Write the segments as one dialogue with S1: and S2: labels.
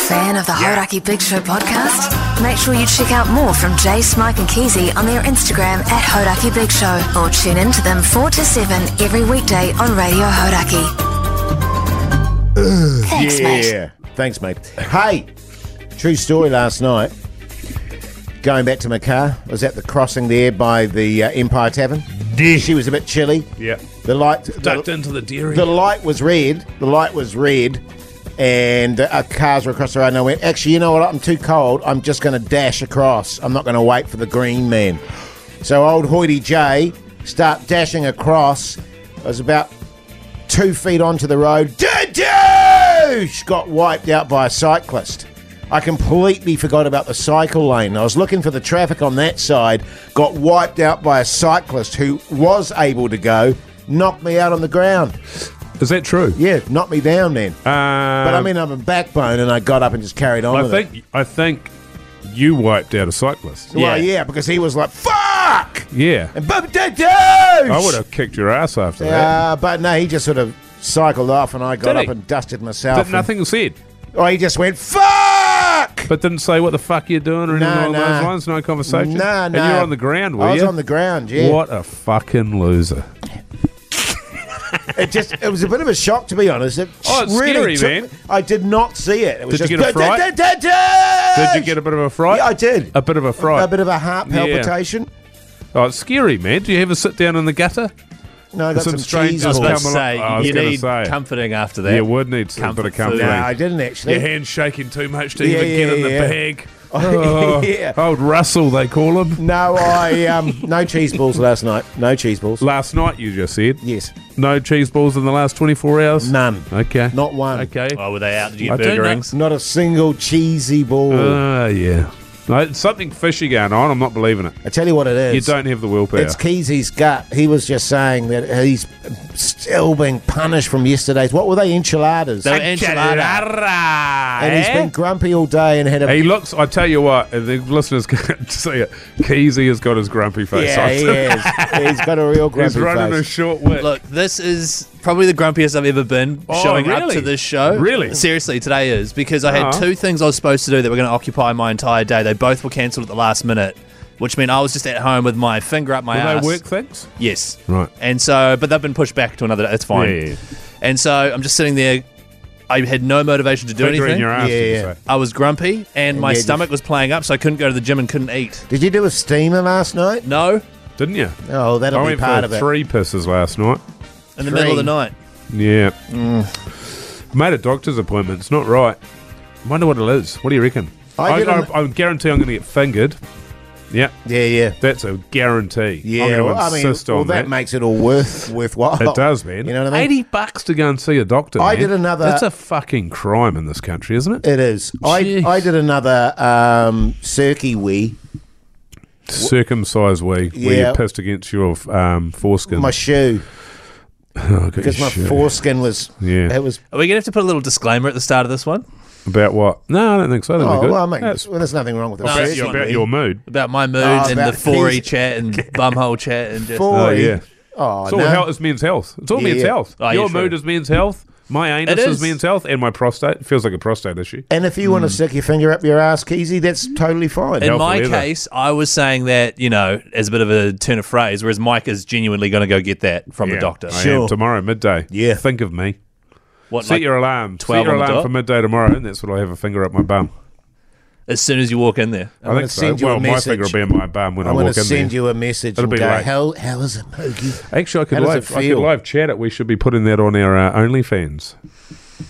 S1: fan of the Horaki Big Show podcast? Make sure you check out more from Jay, Smike, and Keezy on their Instagram at Horaki Big Show or tune in to them 4 to 7 every weekday on Radio Horaki. Thanks, mate.
S2: yeah. Thanks, mate. Hey, true story last night. Going back to my car, I was at the crossing there by the uh, Empire Tavern. She was a bit chilly.
S3: Yeah.
S2: The light, the,
S3: Ducked into the dairy.
S2: the light was red. The light was red, and uh, our cars were across the road. And I went, actually, you know what? I'm too cold. I'm just going to dash across. I'm not going to wait for the green man. So old Hoity J start dashing across. I was about two feet onto the road. Doosh! Got wiped out by a cyclist. I completely forgot about the cycle lane. I was looking for the traffic on that side, got wiped out by a cyclist who was able to go, knocked me out on the ground.
S3: Is that true? Um,
S2: Yeah, knocked me down then. but I mean, I'm a backbone and I got up and just carried on
S3: I
S2: with
S3: think I think you wiped out a cyclist.
S2: it. Well, yeah, because he was like, fuck!
S3: Yeah.
S2: And bum da
S3: I would have kicked your ass after that.
S2: Uh, but no, he just sort of cycled off and I got
S3: Did
S2: up
S3: he?
S2: and dusted myself.
S3: But
S2: and-
S3: nothing was said.
S2: Oh, he just went, fuck!
S3: But didn't say what the fuck you're doing or anything
S2: Nah,
S3: along
S2: nah.
S3: those lines. No conversation.
S2: Nah,
S3: And
S2: nah.
S3: you're on the ground, were
S2: I was
S3: you?
S2: on the ground, yeah.
S3: What a fucking loser.
S2: It just it was a bit of a shock to be honest. It
S3: Oh, it's
S2: really
S3: scary,
S2: took-
S3: man.
S2: I did not see it. It was
S3: Did you get
S2: just,
S3: a fright? Did you get a bit of a fright?
S2: Yeah, I did.
S3: A bit of a fright.
S2: A bit of a heart
S3: Yeah.
S2: palpitation.
S3: oh, it's scary, man. Do you ever sit down in the gutter?
S2: No, I got
S3: Some
S2: some,
S3: strange
S2: cheese
S4: I was
S2: on
S3: little-
S2: it.
S4: about
S3: Come
S4: to say,
S3: along- Oh, I was
S4: you
S3: gonna
S4: need
S3: say.
S4: comforting after that.
S3: you would need some
S4: Comfort
S3: bit of company.
S4: food.
S2: No, I didn't actually.
S3: Your hand shaking too much to
S2: Yeah,
S3: even get
S2: yeah,
S3: in the
S2: yeah.
S3: bag.
S2: Oh, yeah.
S3: Old Russell, they call him.
S2: No, I um no cheese balls last night. No cheese balls.
S3: Last night, you just said.
S2: Yes.
S3: No cheese balls in the last 24 hours?
S2: None.
S3: Okay.
S2: Not one.
S3: Okay.
S4: Oh, were they out? Did you
S3: I
S4: get
S3: do
S4: burger
S3: know-
S4: rings?
S2: Not a single cheesy ball.
S3: Uh, yeah. No, something fishy going on. I'm not believing it.
S2: I tell you what it is.
S3: You don't have the willpower.
S2: It's Keezy's gut. He was just saying that he's still being punished from yesterday's. What were they enchiladas?
S4: They were Eh? enchilada.
S2: and he's been grumpy all day and had a
S3: He looks. I tell you what, the listeners can't see it. Keezy has got his grumpy face.
S2: Yeah,
S3: on.
S2: he is. He's got a real grumpy
S3: He's running a
S2: face.
S3: short whip.
S4: Look, this is probably the grumpiest I've ever been
S3: Oh,
S4: showing up
S3: really?
S4: to this show.
S3: Really?
S4: Seriously, today is because I had
S3: Uh-huh.
S4: two things I was supposed to do that were going to occupy my entire day. They both were cancelled at the last minute, which meant I was just at home with my finger up my
S3: Do
S4: ass.
S3: they work things?
S4: Yes.
S3: Right.
S4: And so, but they've been pushed back to another day. It's fine.
S3: Yeah, yeah, yeah.
S4: And so I'm just sitting there. I had no motivation to do
S3: Finger in
S4: anything.
S3: your ass.
S2: Yeah,
S3: did you
S2: yeah.
S3: say?
S4: I was grumpy, and my
S2: yeah, just-
S4: stomach was playing up, so I couldn't go to the gym and couldn't eat.
S2: Did you do a steamer last night?
S4: No,
S3: Didn't you?
S2: Oh, that'll
S3: I
S2: be
S3: went
S2: part
S3: for
S2: of it.
S3: three pisses last night.
S4: in the middle of the
S2: Three.
S4: night.
S3: Yeah.
S2: Mm.
S3: Made a doctor's appointment. It's not right. Wonder what it is. What do you reckon?
S2: I
S3: I,
S2: did
S3: I,
S2: an-
S3: I guarantee I'm going to get fingered. Yeah,
S2: Yeah, yeah.
S3: that's a guarantee.
S2: Yeah,
S3: I'm going to
S2: well, I mean,
S3: insist
S2: well,
S3: on
S2: that, makes it all worth worthwhile.
S3: It does, man.
S2: You know what I mean?
S3: Eighty bucks to go and see a doctor.
S2: I
S3: man.
S2: did another-
S3: That's a fucking crime in this country, isn't it?
S2: It is. I,
S3: Jeez.
S2: I did another um, circuit wee.
S3: Circumcised wee, where
S2: Yeah.
S3: you pissed against your um, foreskin.
S2: My shoe
S3: Oh, I got
S2: because
S3: your
S2: my
S3: shit.
S2: foreskin was.
S3: Yeah.
S2: It was.
S4: Are we gonna have to put a little disclaimer at the start of this one
S3: about what? No, I don't think so. I think
S2: Oh
S3: we're good.
S2: well, I mean,
S3: That's
S2: well, there's nothing wrong with it.
S4: No,
S3: about,
S4: it's
S3: your,
S4: not
S3: about your mood.
S4: about my moods
S2: Oh,
S4: and
S2: about
S4: the 4
S2: things-
S4: chat and bumhole chat and just
S2: Four.
S3: Oh, yeah.
S2: Oh,
S3: It's all
S2: no.
S3: health, it's men's health. It's all
S2: Yeah,
S3: men's
S2: yeah.
S3: health.
S4: Oh, yeah,
S3: your
S4: true.
S3: mood is men's health. My anus
S4: It
S3: is.
S4: is.
S3: men's health, and my prostate it feels like a prostate issue.
S2: And if you want to
S3: Hmm.
S2: stick your finger up your ass, Keezy, that's totally fine.
S4: In
S3: Helpful
S4: my
S3: either.
S4: case, I was saying that, you know, as a bit of a turn of phrase, whereas Mike is genuinely going to go get that from the
S3: Yeah,
S4: doctor.
S3: I am. tomorrow midday.
S2: Yeah.
S3: think of me.
S4: What,
S3: Set
S4: like,
S3: your alarm. Set
S4: 12
S3: your
S4: on the
S3: alarm
S4: dot?
S3: for midday tomorrow, and that's what I have a finger up my bum.
S4: as soon as you walk in there.
S3: I
S2: gonna
S3: think so.
S2: send you a
S3: Well, my
S2: message.
S3: finger will be in my bum when I,
S2: I'm going
S3: walk
S2: to
S3: in
S2: send
S3: there.
S2: you a message
S3: It'll
S2: and
S3: be
S2: go,
S3: late.
S2: how, how is it, Moogie?
S3: Actually, I could
S2: How does
S3: live.
S2: it
S3: I could
S2: feel?
S3: live chat it. We should be putting that on our uh, OnlyFans.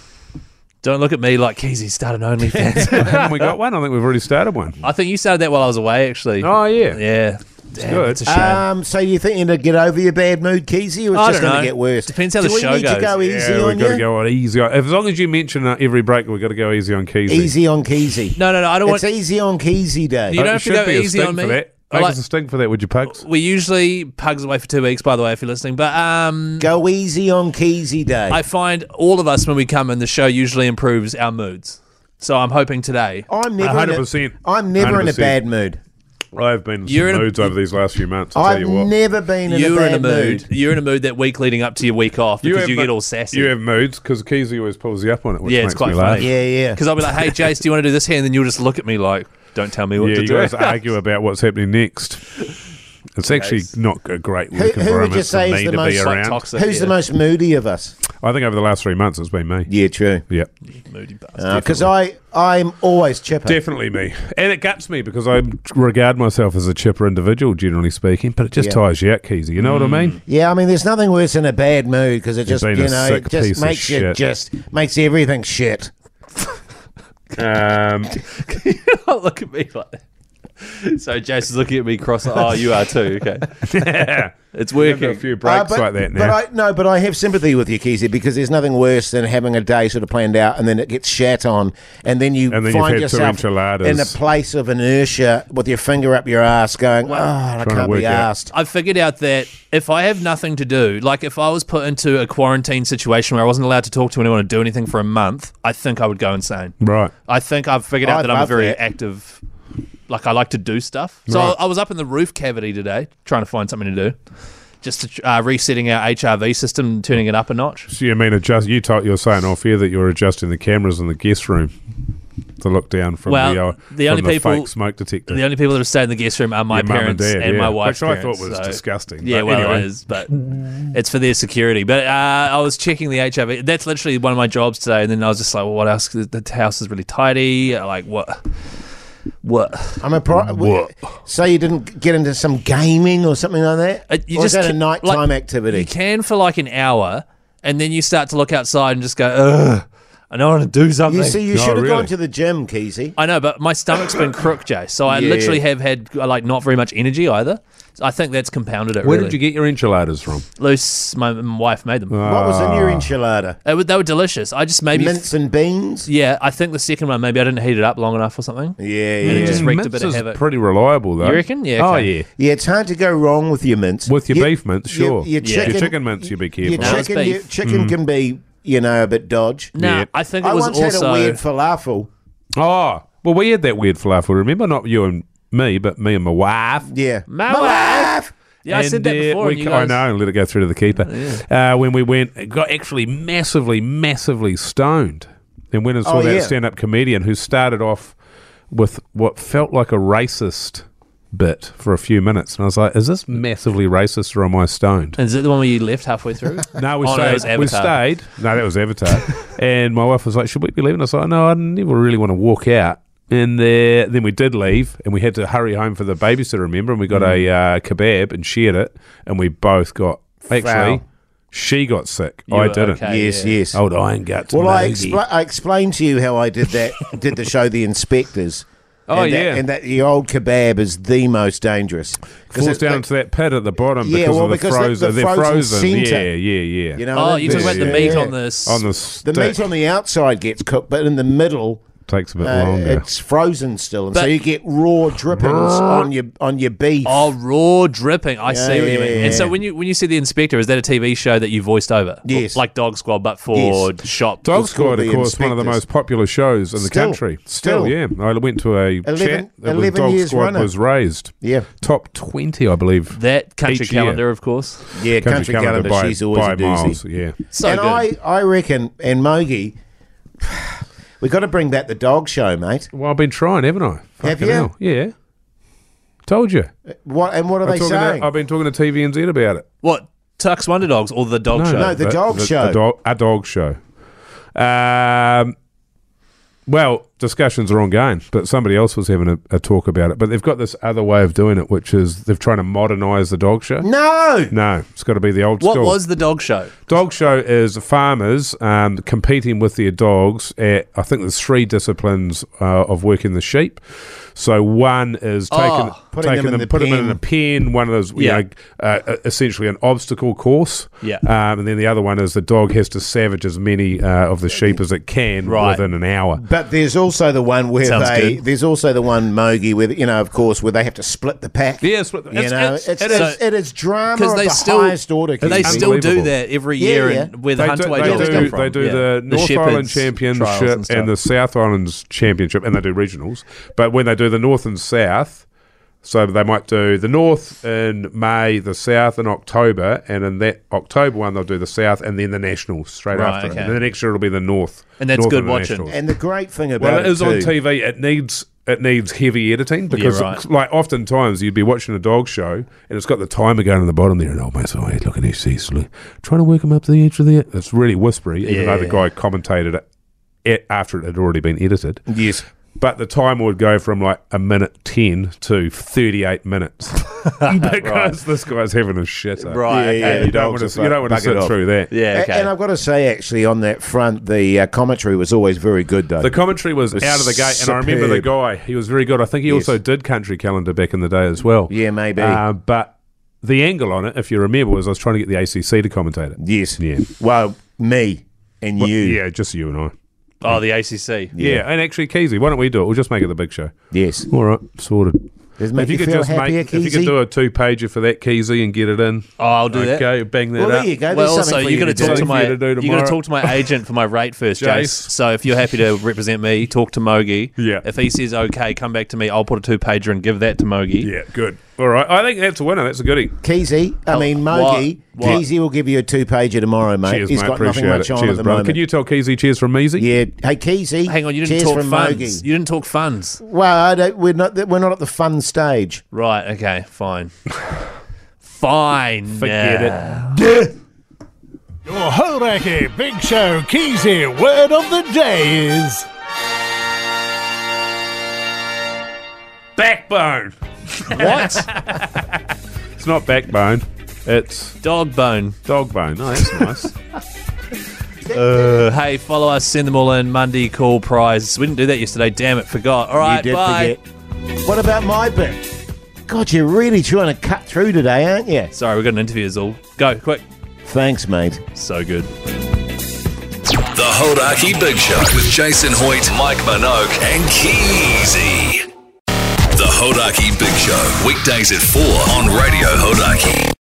S4: Don't look at me like, geez, he started OnlyFans.
S3: Haven't we got one? I think we've already started one.
S4: I think you started that while I was away, actually.
S3: Oh yeah.
S4: Yeah. Damn,
S3: good.
S4: It's a shame.
S2: Um, so you think you're going to get over your bad mood, Keezy, or it's
S4: I
S2: just
S4: don't
S2: going
S4: know.
S2: to get worse?
S4: Depends how
S2: Do
S4: the
S2: we
S4: show
S2: need to
S4: goes.
S2: go
S4: Yeah,
S2: easy
S3: Yeah,
S2: on
S3: we've got to
S2: you?
S3: go on easy. On. As long as you mention uh, every break, we've got to go easy on Keezy.
S2: easy on Keezy.
S4: no, no, no. I don't
S2: it's
S4: want.
S2: easy on Keezy day.
S4: You
S3: Uh,
S4: don't
S3: it
S4: have to
S3: should
S4: go
S3: be a
S4: easy
S3: sting
S4: on
S3: for
S4: me.
S3: That.
S4: I
S3: Make
S4: like-
S3: us a sting for that, would you, Pugs?
S4: We usually pugs away for two weeks, by the way, if you're listening. But um,
S2: Go easy on Keezy day.
S4: I find all of us when we come in, the show usually improves our moods. So I'm hoping today.
S2: I'm never, In,
S3: 100%.
S2: a, I'm never in a
S3: 100%.
S2: bad mood.
S3: I've been in some
S4: Uh, You're in a-
S3: moods over these last few months. I'll tell
S2: I've
S3: you what.
S2: never been in
S4: you
S2: a
S4: were
S2: bad
S4: in a mood. You're in a mood that week leading up to your week off because you,
S3: have-
S4: get all sassy.
S3: You have moods because Keezy always pulls you up on it. Which
S4: Yeah, it's
S3: makes
S4: quite
S3: me
S4: funny.
S3: laugh.
S2: Yeah, yeah.
S4: Because I'll be like, hey, Jace, do you want to do this here? And then you'll just look at me like, don't tell me what
S3: Yeah,
S4: to
S3: you
S4: do.
S3: guys argue about what's happening next. It's actually not a great work
S2: who would
S3: environment
S2: you
S3: for
S2: say is
S3: me
S2: the
S3: to
S2: most,
S3: be
S2: like,
S3: around.
S4: Toxic,
S2: Who's
S4: yeah.
S2: the most moody of us?
S3: I think over the last three months it's been me.
S2: Yeah, true.
S3: Yeah,
S4: moody bastard?
S3: Ah.
S2: Because Uh, I I'm always chipper.
S3: definitely me. And it guts me because I regard myself as a chipper individual, generally speaking. But it just
S2: Yeah.
S3: tires you out, Keezy. You know what I mean?
S2: yeah, I mean, there's nothing worse than a bad mood because it just
S3: been
S2: you
S3: a
S2: know
S3: sick
S2: it
S3: piece
S2: just
S3: of
S2: makes you
S3: shit.
S2: just makes everything shit. Mm.
S3: Um,
S4: Don't look at me like that. So Jace is looking at me cross. Oh, you are too. Okay, it's
S3: a
S4: working.
S3: few breaks
S2: Uh, but,
S3: like that now.
S2: But I, no, but I have sympathy with you, Keezy, because there's nothing worse than having a day sort of planned out and then it gets shat on, and then you
S3: And then you've
S2: find
S3: had two
S2: yourself
S3: enchiladas.
S2: in a place of inertia with your finger up your ass, going, "Oh, I
S3: to
S2: can't be
S3: work out.
S2: asked."
S4: I figured out that if I have nothing to do, like if I was put into a quarantine situation where I wasn't allowed to talk to anyone or do anything for a month, I think I would go insane.
S3: right.
S4: I think I've figured out
S2: I'd
S4: that I'm a
S2: love
S4: very
S2: that.
S4: active. Like I like to do stuff. So
S3: Right.
S4: I was up in the roof cavity today, trying to find something to do, just to, tr- uh, resetting our HRV system, turning it up a notch.
S3: So you mean adjust? You told you're saying off here that you're adjusting the cameras in the guest room to look down from
S4: Well,
S3: the uh,
S4: the
S3: from
S4: only people-
S3: fake smoke detector.
S4: The only people that have stayed in the guest room are my
S3: Your mum and
S4: parents and,
S3: dad, yeah.
S4: my wife's
S3: Which I
S4: parents,
S3: thought was
S4: so-
S3: disgusting,
S4: Yeah,
S3: but
S4: well, it
S3: anyway.
S4: is, but it's for their security. But uh, I was checking the HIV. That's literally one of my jobs today. And then I was just like, well, what else? The, the house is really tidy. Like, what? What?
S2: I'm a pro-
S3: What?
S2: Say you didn't get into some gaming or something like that.
S4: Uh, you
S2: or
S4: just
S2: is that a
S4: ca-
S2: nighttime
S4: like,
S2: activity?
S4: You can for like an hour, and then you start to look outside and just go, ugh, I don't want to do something.
S2: You see, you
S3: No,
S2: should have gone
S3: really.
S2: to the gym, Keezy.
S4: I know, but my stomach's been crook, Jay. So I
S2: Yeah.
S4: literally have had uh, like not very much energy either. So I think that's compounded it.
S3: Where
S4: really.
S3: did you get your enchiladas from?
S4: Loose, my my wife made them.
S2: What was in your
S3: Ah.
S2: enchilada?
S4: They were, they were delicious. I just maybe.
S2: Mince and beans.
S4: yeah, I think the second one, maybe I didn't heat it up long enough or something.
S2: Yeah,
S4: And it
S2: yeah.
S4: just wreaked a
S3: Mince
S4: bit of
S3: is
S4: havoc.
S3: Pretty reliable though.
S4: You reckon? Yeah,
S3: Oh
S4: okay.
S3: yeah.
S2: Yeah, it's hard to go wrong with your mints.
S3: With your
S2: You-
S3: beef mints,
S2: you-
S3: sure.
S2: Your
S4: Yeah. Your
S2: chicken,
S3: chicken mints, you be careful.
S2: Your
S4: No, it's
S2: chicken,
S4: beef.
S2: your chicken
S3: Mm.
S2: can be, you know, a bit dodge.
S4: No,
S3: Yeah.
S4: I think it
S2: I
S4: was
S2: once had a
S4: also.
S2: weird falafel.
S3: Oh well, we had that weird falafel. Remember, not you and me, but me and my wife.
S2: Yeah.
S4: My wife! yeah, I
S3: And,
S4: said that
S3: uh,
S4: before.
S3: we
S4: and you
S3: ca-
S4: guys,
S3: I know, and let it go through to the keeper. Uh, when we went, it got actually massively, massively stoned, and went and saw
S2: Oh,
S3: that
S2: yeah.
S3: stand-up comedian who started off with what felt like a racist bit for a few minutes, and I was like, "Is this massively racist, or am I stoned?"
S4: Is it the one where you left halfway through?
S3: No, we
S4: Oh, no, it was
S3: stayed. we
S4: Avatar.
S3: stayed. No, that was Avatar. and my wife was like, "Should we be leaving?" I was like, "No, I never really want to walk out." And there, then we did leave, and we had to hurry home for the babysitter. Remember, and we got
S4: Mm.
S3: a uh, kebab and shared it, and we both got actually.
S2: Foul.
S3: She got sick.
S4: You
S3: I
S4: were
S3: didn't.
S4: okay.
S2: Yes,
S4: yeah.
S2: yes.
S3: Old iron guts.
S2: well, I,
S3: Mogi.
S2: expla- I explained to you how I did that, did the show The Inspectors.
S3: Oh,
S2: and
S3: yeah.
S2: That, and that the old kebab is the most dangerous. 'Cause
S3: falls
S2: it's
S3: down
S2: like-
S3: to that pit at the bottom
S2: Yeah,
S3: because
S2: well,
S3: of the
S2: because the-
S3: frozen.
S2: the
S3: they're
S2: frozen
S3: frozen.
S2: centre.
S3: Yeah, yeah, yeah.
S2: You know,
S4: Oh,
S2: that-
S4: you talk about the
S2: yeah,
S4: meat
S2: yeah.
S4: on the s-
S3: on the
S2: The
S3: stick.
S2: meat on the outside gets cooked, but in the middle,
S3: takes a bit
S2: uh,
S3: longer.
S2: it's frozen still, and so
S4: But-
S2: you get raw drippings on your on your beef.
S4: Oh, raw dripping. I see what you mean.
S2: yeah,
S4: And so
S2: yeah.
S4: when you when you see the inspector, is that a TV show that you voiced over?
S2: Yes.
S4: Like Dog Squad, but for
S2: Yes.
S4: shop.
S3: Dog
S2: It's called
S3: Squad, of
S2: The
S3: course, one of the
S2: Inspectors.
S3: most popular shows in the
S2: Still,
S3: country.
S2: still.
S3: Still, yeah. I went to a
S2: 11
S3: chat that was
S2: 11
S3: Dog
S2: years
S3: Squad
S2: runner.
S3: was raised.
S2: Yeah.
S3: Top 20, I believe.
S4: that country
S3: Each year.
S4: calendar, of course.
S2: yeah, country, calendar.
S3: by,
S2: she's always
S3: by
S2: a doozy.
S3: miles, yeah.
S4: So
S2: and
S4: good.
S2: I, I reckon, and Mogi, we got to bring back the dog show, mate.
S3: Well, I've been trying, haven't I? Fucking
S2: you?
S3: hell. Yeah. Told you.
S2: What and what are
S3: I'm
S2: they
S3: talking
S2: saying?
S3: to- I've been talking to TVNZ about it.
S4: what? Tux Wonder Dogs or the Dog Show?
S2: no, the dog show.
S3: The dog, a dog show. Um, well, discussions are ongoing, but somebody else was having a, a talk about it. But they've got this other way of doing it, which is they're trying to modernise the dog show.
S2: uh, no,
S3: No, it's got to be the old
S4: what
S3: school.
S4: was the Dog Show?
S3: Dog show is farmers um, competing with their dogs at, I think there's three disciplines uh, of working the sheep. So one is taking,
S4: Oh,
S2: Ah, putting
S3: taking
S2: them in the
S3: put them in
S2: pen.
S3: a pen, one of those, you
S4: Yeah.
S3: know, uh, essentially an obstacle course.
S4: Yeah.
S3: Um, and then the other one is the dog has to savage as many uh, of the sheep as it can
S4: Right.
S3: within an hour.
S2: but there's also the one where
S4: Sounds
S2: they.
S4: good.
S2: There's also the one Mogi where you know, of course, where they have to split the pack.
S3: Yeah, split the-
S2: you
S3: it's-
S2: know,
S3: it's-
S2: it's,
S3: it
S2: it's-
S4: is.
S2: it is drama
S4: Because
S2: of
S4: they
S2: the
S4: still
S2: highest order.
S4: they
S2: Keezy.
S4: still do
S3: Unbelievable.
S4: that every
S2: Yeah,
S4: year,
S2: yeah.
S4: and where the
S3: They
S4: Huntaway
S3: do, they
S4: dogs
S3: do-
S4: come from.
S3: they do
S4: Yeah.
S3: the, North Island
S4: Shepherds trials
S3: Championship and,
S4: stuff.
S3: the South Islands Championship, and they do regionals. But when they do the North and South, So they might do the north in May, the south in October, and in that October one they'll do the south and then the nationals straight
S4: Right,
S3: after. it.
S4: okay.
S3: And the next year it'll be the north,
S4: And that's
S3: North
S4: good
S3: the
S4: watching.
S3: Nationals.
S2: And the great thing about
S3: Well, it is
S2: too,
S3: on TV. It needs it needs heavy editing because,
S4: right.
S3: like, oftentimes you'd be watching a dog show and it's got the timer going on the bottom there, and oh, mate, oh, hey, look at this, he's li- trying to work him up to the edge of the. It's really whispery, even though the
S4: Yeah.
S3: guy commentated it, it after it had already been edited.
S2: Yes.
S3: But the timer would go from like a minute ten to thirty-eight minutes because this guy's having a shitter.
S4: Right, Yeah, okay.
S2: yeah,
S3: And you
S2: the
S3: don't want
S2: dogs
S3: to
S2: are
S3: you don't want to
S2: fucking
S3: sit
S2: bugging off.
S3: through that.
S4: Yeah,
S2: A-
S4: okay.
S2: And I've got to say, actually, on that front, the uh, commentary was always very good, though.
S3: The commentary was out of the gate, and I remember the
S2: superb.
S3: guy. He was very good. I think he
S2: Yes.
S3: also did country calendar back in the day as well.
S2: Yeah, maybe.
S3: Uh, but the angle on it, if you remember, was I was trying to get the ACC to commentate it.
S2: yes.
S3: Yeah.
S2: Well, me and you.
S3: Yeah, just you and I.
S4: oh, the ACC.
S3: Yeah, and actually, Keezy, why don't we do it? We'll just make it the big show.
S2: Yes.
S3: All right, sorted.
S2: Does it make you feel happier,
S3: if you could
S2: Keezy?
S3: do a two pager for that Keezy and get it in.
S4: Oh, I'll do that.
S3: Okay, bang that
S2: Well, there
S3: up.
S2: you go.
S4: Well,
S2: There's
S4: also
S2: something for
S4: you got
S2: you
S4: to
S2: to
S4: talk
S2: do.
S4: to my
S3: Something for you to do
S4: you got to
S3: tomorrow.
S4: talk to my agent for my rate first, Jace.
S3: Jace.
S4: So if you're happy to represent me, talk to Mogi.
S3: Yeah.
S4: If he says okay, come back to me. I'll put a two pager and give that to Mogi.
S3: Yeah, good. All right, I think that's a winner. That's a goodie.
S2: Keezy, I
S3: Oh,
S2: mean, Mogi,
S4: what- what?
S2: Keezy will give you a two pager tomorrow, mate.
S3: Cheers,
S2: He's
S3: mate.
S2: got
S3: Appreciate
S2: nothing much
S3: it.
S2: on
S3: Cheers,
S2: at the
S3: brother.
S2: moment.
S3: Can you tell Keezy cheers from Measy?
S2: yeah. Hey, Keezy.
S4: Hang on, you didn't
S2: cheers
S4: talk
S2: from
S4: funds.
S2: Mogi.
S4: You didn't talk funds.
S2: Well, I don't, we're not we're not at the fun stage.
S4: Right. Okay. Fine. Fine.
S3: Forget
S4: Yeah.
S3: it.
S5: Your Horaki Big Show Keezy word of the day is
S3: Backbone.
S4: What?
S3: It's not backbone. It's
S4: Dog bone.
S3: dog bone. Oh, that's nice.
S4: Uh, hey, follow us. Send them all in. Monday call prize. We didn't do that yesterday. Damn it. Forgot. All right.
S2: you did
S4: bye.
S2: forget. What about my bit? God, you're really trying to cut through today, aren't you?
S4: Sorry, we got an interview. Is all. Go quick.
S2: Thanks, mate.
S4: So good.
S6: The Hodaki Big Show with Jason Hoyt, Mike Minogue, and Keezy. The Hodaki Big Show, weekdays at 4 on Radio Hodaki.